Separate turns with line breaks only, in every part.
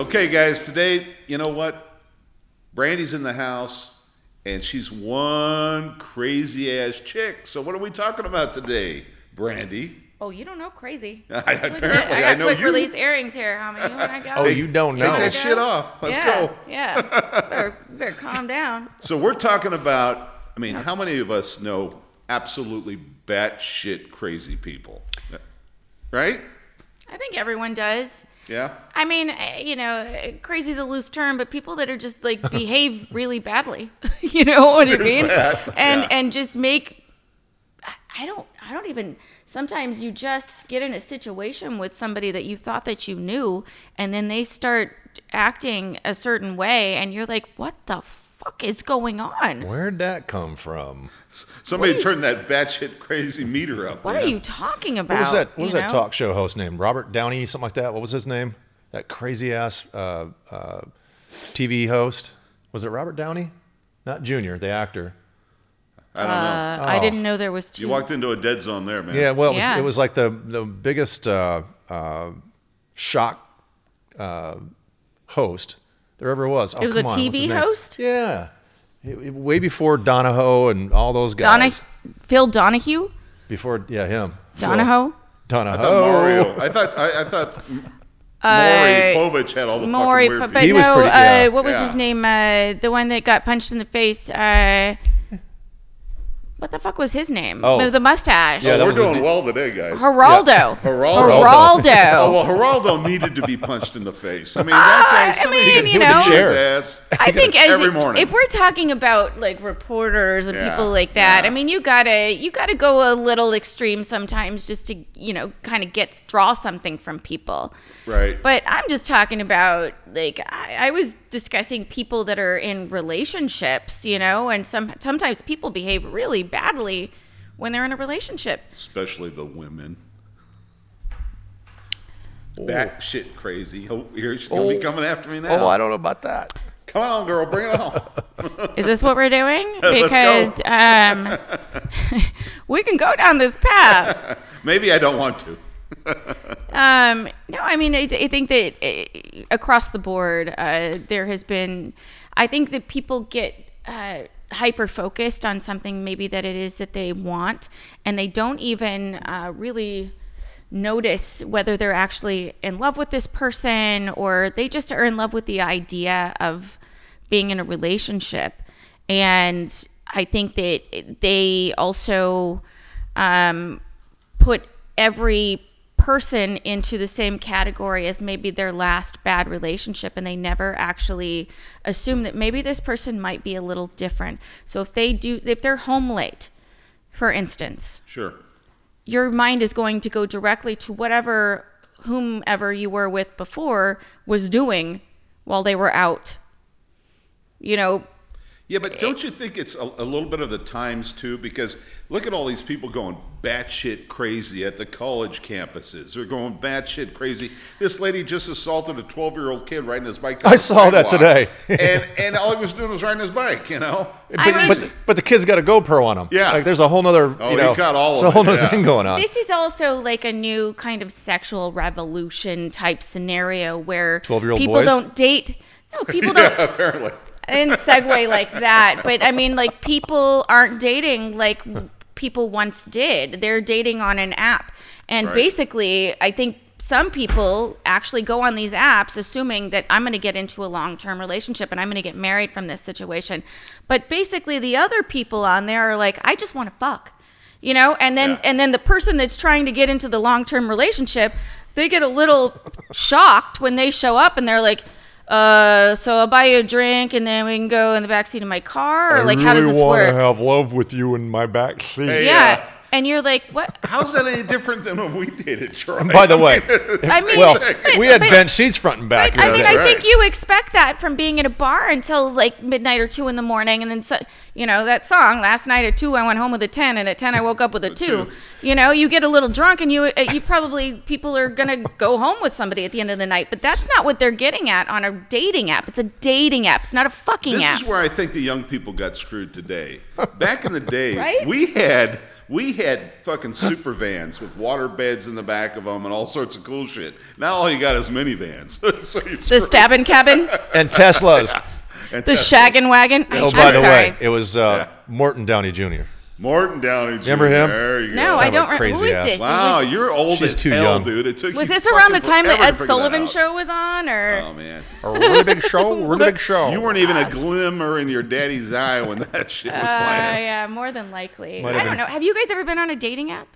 Okay, guys, today, you know what? Brandy's in the house and she's one crazy ass chick. So, what are we talking about today, Brandy?
Oh, you don't know crazy.
I-
Look at that.
apparently,
I
I
got
know
quick
you-
release earrings here, homie. Oh my God.
Oh, you don't
Take
know.
that shit off. Let's
yeah,
go.
Yeah. Better, better calm down.
So, we're talking about, I mean, how many of us know absolutely batshit crazy people? Right?
I think everyone does.
Yeah?
I mean, eh, you know, eh, crazy's a loose term, but people that are just like behave really badly. you know what I mean?
that,
And
yeah.
and just make I- I don't I don't even sometimes you just get in a situation with somebody that you thought that you knew and then they start acting a certain way and you're like, "What the fuck is going on?"
Where'd that come from?
Somebody
What are
turned that batshit crazy meter up.
What
man.
are you talking about?
What was that? What
you
was that
know?
talk show host name? Robert Downey, something like that. What was his name? That crazy ass uh, uh, TV host. Was it Robert Downey? Not Junior, the actor.
I don't know.
Uh, I
Oh.
didn't know there was two.
You walked into a dead zone there, man.
Yeah, well, it was,
Yeah.
it was like the the biggest uh, uh, shock uh, host there ever was. Oh,
It was
come
a
on, what's his
TV
name?
host?
Yeah, It- it- way before Donahoe and all those
Dona-
guys.
Phil Donahue?
Before yeah, him. Phil.
Donahoe?
I thought
Donahoe.
Mario. I thought I, I thought Maury Povich had all the
Uh, Maury,
fucking weird people.
but, but
He was
no,
pretty- yeah.
uh, what was
Yeah.
his name? Uh, the one that got punched in the face. Uh, what the fuck was his name?
Oh.
The, the mustache.
Yeah, that
We're
was a
doing
di-
well today, guys.
Geraldo.
Geraldo.
Geraldo. Uh,
Oh well, Geraldo needed to be punched in the face. I mean, that guy.
I
Somebody
mean,
should
you
give him
know.
his
Chair.
ass.
I think as
every morning.
if we're talking about like reporters and
Yeah,
people like that,
yeah.
I mean, you gotta you gotta go a little extreme sometimes just to you know kind of get draw something from people.
Right.
But I'm just talking about like I, I was discussing people that are in relationships, you know, and some sometimes people behave really badly when they're in a relationship.
especially the women. That shit crazy. Oh, here she's gonna be coming after me now.
Oh, I don't know about that.
Come on, girl, bring it on.
Is this what we're doing?
Let's go.
Because um, we can go down this path.
Maybe I don't want to.
Um, no, I mean, I, I think that uh, across the board, uh, there has been, I think that people get uh, hyper focused on something maybe that it is that they want, and they don't even uh, really notice whether they're actually in love with this person or they just are in love with the idea of being in a relationship. And I think that eh, they also, um, put every person into the same category as maybe their last bad relationship and they never actually assume that maybe this person might be a little different. So if they do if they're home late, for instance,
Sure.
your mind is going to go directly to whatever whomever you were with before was doing while they were out. You know,
Yeah, but don't you think it's a, a little bit of the times too? Because look at all these people going batshit crazy at the college campuses. They're going batshit crazy. This lady just assaulted a twelve-year-old kid riding his bike. down
I
the
saw that
sidewalk.
today.
and and all he was doing was riding his bike. You know,
But,
I mean-
but, the, but the kid's got a GoPro on him.
Yeah.
like there's a whole nother.
Oh, he
you know,
caught all
it's
of
a whole
it,
nother
yeah.
thing going on.
This is also like a new kind of sexual revolution type scenario where
12-year-old
people
boys?
don't date. No, people don't.
apparently.
I didn't segue like that, but I mean, like people aren't dating like w- people once did. They're dating on an app, and
Right.
basically, I think some people actually go on these apps assuming that I'm going to get into a long-term relationship and I'm going to get married from this situation. But basically, the other people on there are like, I just want to fuck, you know. And then
Yeah.
and then the person that's trying to get into the long-term relationship, they get a little shocked when they show up and they're like. Uh, so I'll buy you a drink, and then we can go in the back seat of my car. Or like, how does this work?
have love with you in my back seat.
Hey,
yeah.
yeah.
and you're like, what?
How's that any different than when we dated, Troy?
By the way,
I mean,
well,
but-
we had
but-
bench seats front and back.
But, I
the other
mean,
day.
I
right.
think you expect that from being in a bar until like midnight or two in the morning, and then so, you know that song last night at two i went home with a 10 and at 10 i woke up with a two.
two.
you know you get a little drunk and you uh, you probably people are gonna go home with somebody at the end of the night but that's not what they're getting at on a dating app it's a dating app it's not a fucking
This
app
is where I think the young people got screwed today. Back in the day,
Right?
we had we had fucking super vans with water beds in the back of them and all sorts of cool shit. Now all you got is minivans. so you're
the
screwed.
stabbing cabin
And Teslas.
And
the
Teslas.
shaggin' wagon I-
oh,
I'm
by the
sorry.
way, it was uh,
Yeah.
Morton Downey Jr.
Morton Downey. Jr.
Remember him?
There you
no
go.
i
Talking about
don't remember who
crazy
is
ass.
this It
Wow,
was-
you're old
She's
as
too
hell,
young.
dude. It took
Was
you
this around the
fucking
time that
forever to
Ed
figure that
Sullivan
out.
show was on, or
Oh man,
A really big show, really big show.
you weren't even a glimmer in your daddy's eye when that shit was
Uh,
playing.
yeah, more than likely.
Might
I
have
don't know.
been.
Have you guys ever been on a dating app?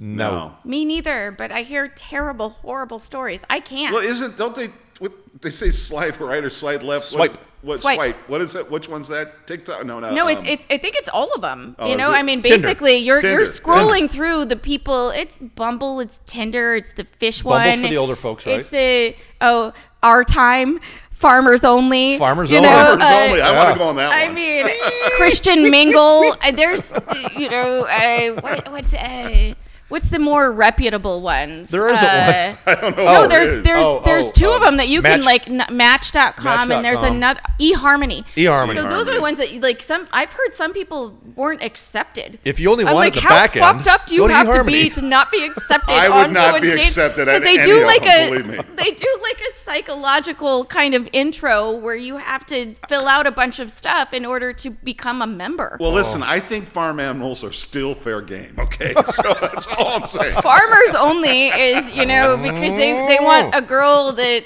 no.
Me neither, but I hear terrible, horrible stories. I can't.
Well, isn't don't they what they say slide right or slide left? What,
Swipe.
is, what
Swipe.
swipe. What is that? Which one's that? TikTok? No, no.
no, it's
um,
it's. I think it's all of them.
Oh,
you
is
know,
it?
I mean,
Tinder.
basically, you're
Tinder.
you're scrolling through the people. It's Bumble, it's Tinder, it's the fish
Bumble's
one
for the older folks, right?
It's the oh, our time, farmers only,
Farmers
you
only.
know,
Farmers
uh,
only. I want
yeah.
to go on that
I
one.
mean, Christian Mingle. uh, There's, uh, you know, uh, what, what's uh, what's the more reputable ones?
There isn't
uh,
I don't know.
No,
what it
there's
is.
there's
Oh,
there's
oh,
two
oh.
of them that you can
Match-
like n- match.com, and there's
Match.com.
another eHarmony.
eHarmony.
So those are
eHarmony.
the ones that like some I've heard some people weren't accepted.
e-
If you only
I'm
wanted
like, how
the back end,
fucked up do you
go to
have to
eHarmony.
be to not be accepted?
I would
onto
not
a
be
date?
accepted at
'Cause they
any
do
of
like
them,
a
believe me.
they do like a psychological kind of intro where you have to fill out a bunch of stuff in order to become a member.
well, listen. I think farm animals are still fair game. Okay, so that's all I'm saying.
Farmers only is, you know, because they, they want a girl that,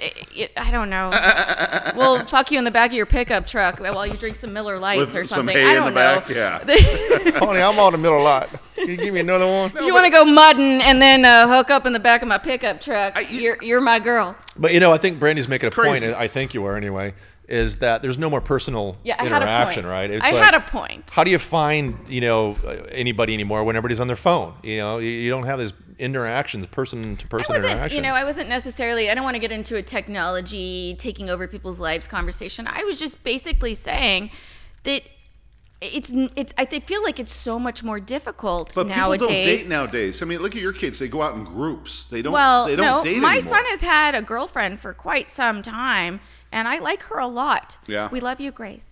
I don't know, will fuck you in the back of your pickup truck while you drink some Miller Lights
With
or
some
something.
hay
I
in the
don't
back, yeah.
know. Yeah.
Honey, I'm on the middle lot. Can you give me another one?
you want to go mudding and then uh, hook up in the back of my pickup truck.
I- you-
you're, you're my girl.
But you know, I think Brandy's making a point.
Crazy.
and I think you are anyway. Is that there's no more personal
Yeah, I had a
interaction,
point.
right?
I had a point.
How do you find you know uh, anybody anymore when everybody's on their phone? You know, you, you don't have these interactions, person to person
I wasn't,
interactions.
you know, I wasn't necessarily. I don't want to get into a technology taking over people's lives conversation. I was just basically saying that it's it's. I think- feel like it's so much more difficult
But
nowadays.
people don't date nowadays. I mean, look at your kids. They go out in groups. They don't.
well,
they don't
no,
date
my
anymore.
son has had a girlfriend for quite some time, and I like her a lot.
Yeah.
we love you, Grace.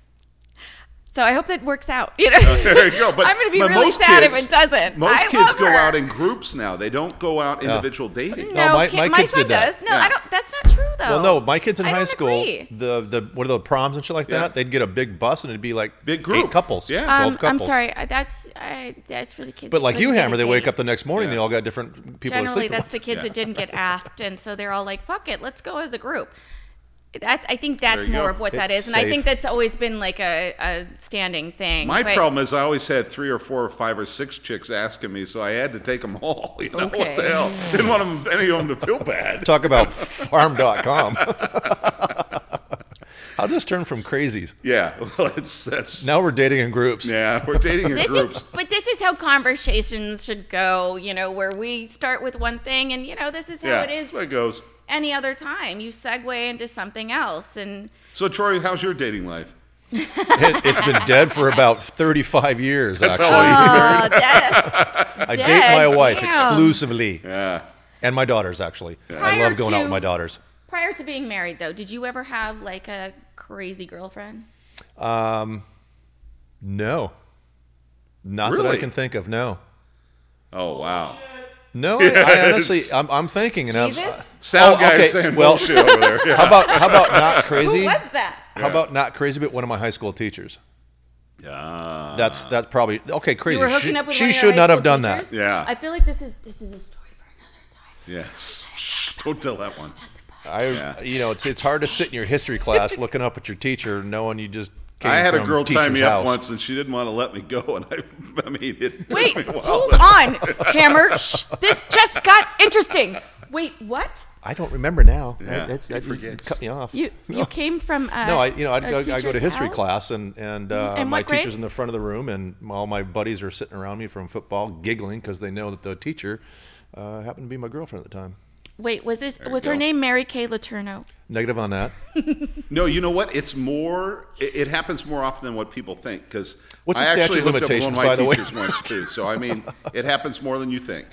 So I hope that works out. You know,
there you go. But
I'm going to be
but
really
most
sad
kids,
if it doesn't.
Most
I
kids
love
go
her.
out in groups now. They don't go out individual dating.
No,
my-
ki-
my kids
son
did that.
Does. No,
Yeah.
I don't. That's not true though.
Well, no, my kids in
I
high
don't
school,
agree.
the the what are the proms and shit like
Yeah.
that? They'd get a big bus and it'd be like
Big
eight
group.
couples,
Yeah.
Um,
twelve couples.
I'm sorry. I- That's I, that's for the kids.
But
that
like you,
didn't get
Hammer,
a
they wake
date.
up the next morning.
Yeah.
They all got different people. are
Generally,
sleeping
that's
with.
the kids that didn't get asked, and so they're all like, "Fuck it, let's go as a group." That's I think that's
you
more
go.
of what that is,
It's
and I
safe.
think that's always been like a, a standing thing.
My
but-
problem is I always had three or four or five or six chicks asking me, so I had to take them all. You know
Okay.
what the hell? Didn't want 'em- any of them to feel bad.
Talk about farm.com. How would this turn from crazies?
Yeah, well, it's that's
Now we're dating in groups.
yeah. We're dating in
This
groups.
is, but this is how conversations should go. You know, where we start with one thing, and you know, this is how
yeah,
it
that's
is.
where it goes.
Any other time, you segue into something else, and
So Troy, how's your dating life?
It, has been dead for about 35 years,
That's
actually.
how Oh, you
Oh, that-
I date
dead?
my wife
Oh, Damn.
exclusively.
Yeah.
And my daughters, actually. I
Prior
love going out with
to-
my daughters.
Prior to being married, though, did you ever have like a crazy girlfriend?
No. Not that I
Really?
can think of, no.
Oh wow.
No, I- I, honestly, I'm, I'm thinking. And I
Jesus?
was,
Sound
Oh,
guy
okay,
saying
well-
bullshit over there. Yeah.
how about how about not crazy?
Who was that?
How about not crazy, but one of my high school teachers?
yeah.
That's that's probably okay. Crazy.
You were hooking
she
up with
she
one of your
should
high
not have
school
done
teachers?
that.
Yeah.
I feel like this is this is a story for another time.
Yes. Shh, don't tell that one.
I you know it's it's hard to sit in your history class looking up at your teacher knowing you just. Came
I had a
from
girl tie
teacher's
me up
house.
once, and she didn't want to let me go, and I, I mean, it took
Wait,
me a while.
hold on, Hammer. Shh, this just got interesting. Wait, what?
I don't remember now.
Yeah,
That- that's,
he
that, you
forgets.
Cut me off.
You you came from uh,
no, I you know I'd
a
go, I go to
teacher's
history
house? Mm-hmm.
class and and, uh,
And
my
what grade?
teacher's in the front of the room and all my buddies are sitting around me from football giggling because they know that the teacher uh, happened to be my girlfriend at the time.
Wait, was this
you
was her
go.
name Mary Kay Letourneau?
Negative on that.
No, you know what? It's more. It, it happens more often than what people think. Because
What's
I
the statute
actually
of
looked up
limitations,
one
by
of
the
my
way?
teachers once too. So I mean, it happens more than you think.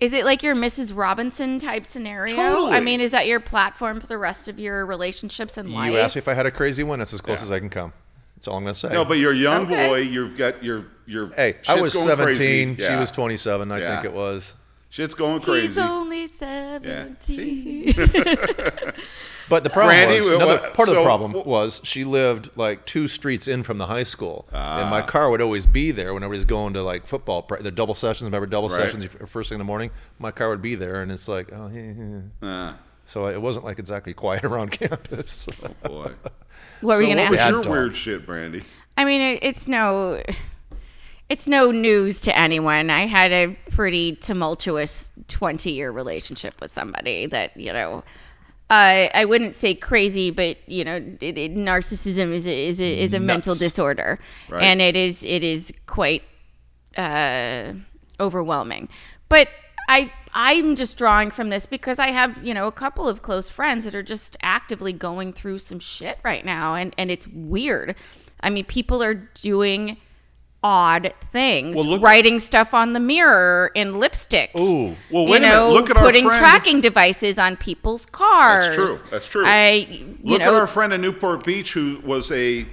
Is it like your Mrs. Robinson type scenario? I
Totally.
mean, is that your platform for the rest of your relationships and life?
You asked me if I had a crazy one. That's as close
Yeah.
as I can come. That's all I'm gonna say.
No, but you're a young
Okay.
boy. You've got your your.
hey,
shit's
I was
going
17.
Crazy.
She
Yeah.
was 27. I
Yeah.
think it was.
Shit's going
He's
crazy.
only seventeen.
But the problem
Brandy,
was
wha-
another
what-
part of the
so-
problem
wha-
was she lived like two streets in from the high school, and my car would always be there whenever he's going to like football. pra- The double sessions, remember double
Right.
sessions you- first thing in the morning? My car would be there, and it's like, oh, yeah, yeah.
Ah,
so it wasn't like exactly quiet around campus.
oh, boy.
What were
so
you gonna
what
ask?
was
ask?
your
Dad dog.
weird shit, Brandy?
I mean, it, it's no, it's no news to anyone. I had a pretty tumultuous twenty-year relationship with somebody that you know. I I wouldn't say crazy, but you know, it, it- narcissism is a, is a, is a mental
Nuts.
disorder,
Right.
and it is it is quite overwhelming. But I I'm just drawing from this because I have, you know, a couple of close friends that are just actively going through some shit right now and and it's weird. I mean, people are doing odd things,
Well, look-
writing stuff on the mirror in lipstick.
Ooh.
Well, wait
you
a minute.
know,
Look at our
putting
friend-
tracking devices on people's cars.
true. That's true.
I you
Look
know,
at our friend in Newport Beach who was a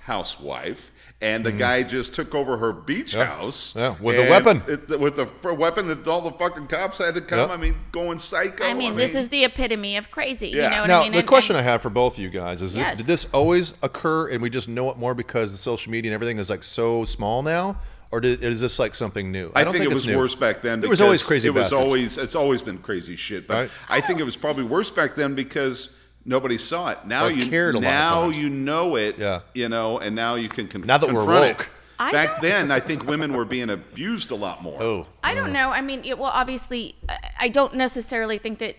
housewife, and the guy just took over her beach house
Mm-hmm. Yeah, with a
and
weapon.
it- with a f- weapon that all the fucking cops had to come.
Yeah.
I mean, going psycho.
I mean, this is the epitome of crazy. You
Oh, Yeah.
know what
now
I mean?
the
And-
question
and-
I have for both of you guys is:
Yes.
Did this always occur, and we just know it more because the social media and everything is like so small now, or did, is this like something new?
I,
don't
think, it
it's
was
new.
worse back then.
It was always
because
crazy
It was
bastards.
always it's always been crazy shit. But
Right.
I think it was probably worse back then because nobody saw it. Now
Or
you
cared a lot of
now
times.
you know it.
Yeah.
You know, and now you can conf-
Now that we're
confront it.
woke.
I
Back
don't-
then, I think women were being abused a lot more.
Oh,
I don't know. I mean, it, well, obviously, I- I don't necessarily think that.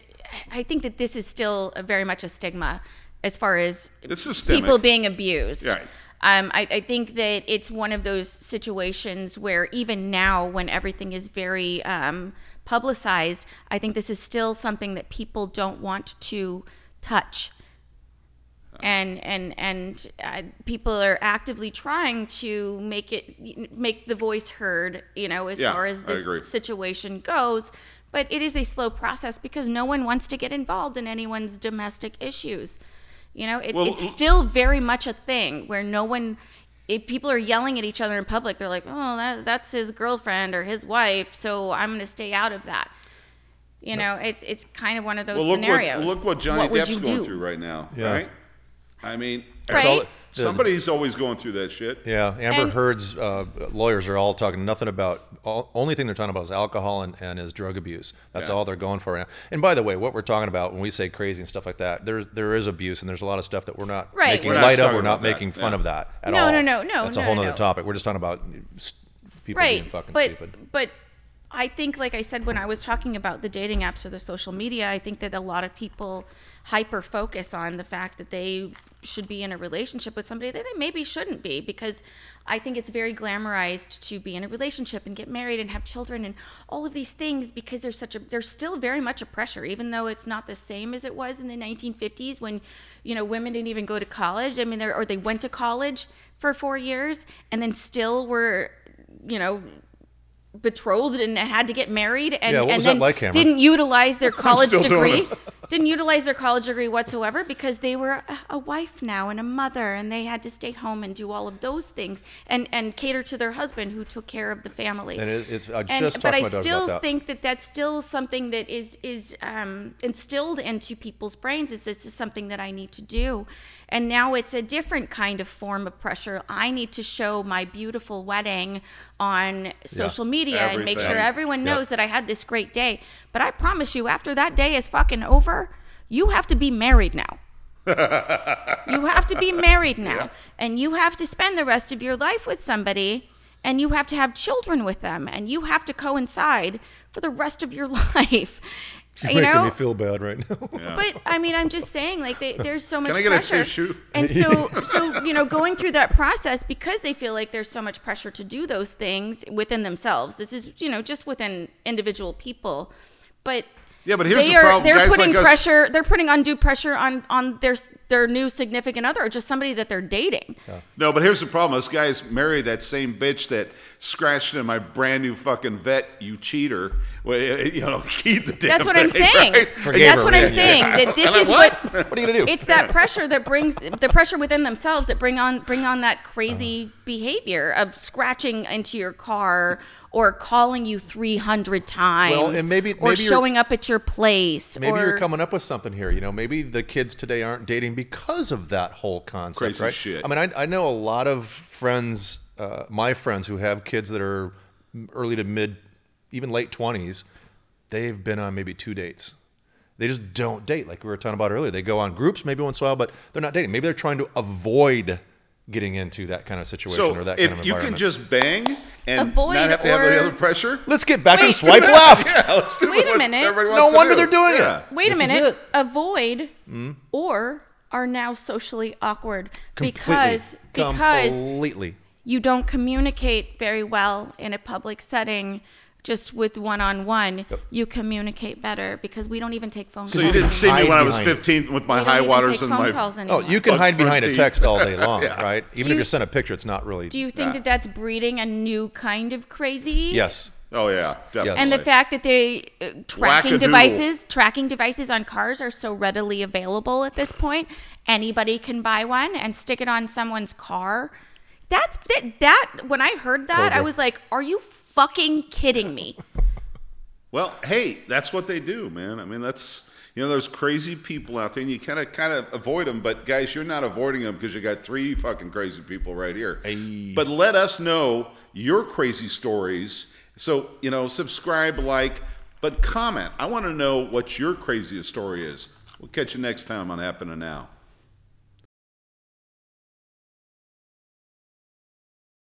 I think that this is still a very much a stigma as far as
It's systemic.
people being abused.
Right.
Um, I, I think that it's one of those situations where even now, when everything is very um, publicized, I think this is still something that people don't want to touch and and and uh, people are actively trying to make it make the voice heard you know as
Yeah,
far as
I agree.
this situation goes but it is a slow process because no one wants to get involved in anyone's domestic issues you know it,
Well,
it's
l-
still very much a thing where no one if people are yelling at each other in public they're like oh that, that's his girlfriend or his wife so i'm going to stay out of that you know it's it's kind of one of those
Well, look
scenarios
what look what Johnny
would
Depp's
you
going
do?
through right now,
Yeah.
right? I mean,
Right.
all- the-
somebody's always going through that shit.
Yeah, Amber
And-
Heard's uh, lawyers are all talking nothing about. All, only thing they're talking about is alcohol and, and his drug abuse. That's
Yeah.
all they're going for. And by the way, what we're talking about when we say crazy and stuff like that, there's there is abuse and there's a lot of stuff that we're not
Right,
making
we're not
light of.
talking
We're not
about that,
making fun
yeah.
of that at
No,
all.
no, no, no,
That's a
no,
whole
no,
other
no.
topic. We're just talking about s- people
right,
being fucking
but,
stupid.
But I think, like I said, when I was talking about the dating apps or the social media, I think that a lot of people hyper focus on the fact that they should be in a relationship with somebody that they maybe shouldn't be because I think it's very glamorized to be in a relationship and get married and have children and all of these things because there's such a there's still very much a pressure even though it's not the same as it was in the 1950s when you know women didn't even go to college I mean they or they went to college for 4 years and then still were you know betrothed and had to get married and,
Yeah, what
and
was that
then
like, Cameron?
didn't utilize their college
still doing
degree didn't utilize their college degree whatsoever because they were a- a wife now and a mother and they had to stay home and do all of those things and and cater to their husband who took care of the family
and it, it's I
and,
just talked
but
to
I
my daughter
still
about that.
think that that's still something that is is um, instilled into people's brains. Is this is something that I need to do, and now it's a different kind of form of pressure. I need to show my beautiful wedding on social media and make sure
Everything.
everyone
Yep.
knows that I had this great day. But I promise you, after that day is fucking over, you have to be married now. You have to be married now, and you have to spend the rest of your life with somebody, and you have to have children with them, and you have to coincide for the rest of your life. You,
You're making
know,
me feel bad right now.
but I mean, I'm just saying, like, they, there's so much
I get a
pressure,
tissue?
and so, so you know, going through that process because they feel like there's so much pressure to do those things within themselves. This is, you know, just within individual people, but
Yeah, but here's
they
the
are
problem.
they're
Guys
putting
like us-
pressure they're putting undue pressure on on their their new significant other or just somebody that they're dating.
No, but here's the problem. Us guys marry that same bitch that scratched in my brand new fucking vet, you cheater. Well, you know, keep the damn
That's what I'm
thing,
saying.
right?
Forgave
That's
her,
what I'm
yeah.
saying. That this
And I
is
what?
what
What are you gonna do?
it's that pressure that brings the pressure within themselves that bring on bring on that crazy
Uh-huh.
behavior of scratching into your car or calling you 300 times
Well, and maybe-
or
maybe you're-
showing up at your place
Maybe
or
you're coming up with something here. You know, maybe the kids today aren't dating because of that whole concept,
Crazy
right?
shit.
I mean, I, I know a lot of friends, uh, my friends who have kids that are m- early to mid, even late twenties. They've been on maybe two dates. They just don't date, like we were talking about earlier. They go on groups maybe once in a while, but they're not dating. Maybe they're trying to avoid getting into that kind of situation
So
or that
if
kind of
you can
environment.
just bang and
Avoid
not have to have any
or-
other pressure,
Let's get back and
Wait.
swipe left.
yeah, let's do
Wait a
what
minute.
everybody wants
No
to
wonder
do.
they're doing
Yeah.
it.
Wait a
This is
minute.
it. Hmm?
Avoid or are now socially awkward
Completely.
because because
completely.
you don't communicate very well in a public setting. Just with one on one, you communicate better because we don't even take phone
So
calls.
you didn't see me when I was
Hide behind it.
15 with my
We don't
high
even
waters
take
and
phone
my.
calls anymore.
Oh, you can hide behind a
Unfronty.
text all day long,
Yeah.
right? Even
Do
if
you-
you send a picture, it's not really.
Do you think that that's breeding a new kind of crazy?
yes.
Oh yeah, definitely.
And the fact that they uh, tracking
Whack-a-doodle.
devices, tracking devices on cars are so readily available at this point, anybody can buy one and stick it on someone's car. That's that. that when I heard that, I
Cobra.
was like, "Are you fucking kidding me?"
Well, hey, that's what they do, man. I mean, that's you know, there's crazy people out there, and you kind of kind of avoid them. But guys, you're not avoiding them because you got three fucking crazy people right here. But let us know your crazy stories. So you know, subscribe, like, but comment. I want to know what your craziest story is. We'll catch you next time on Happening Now.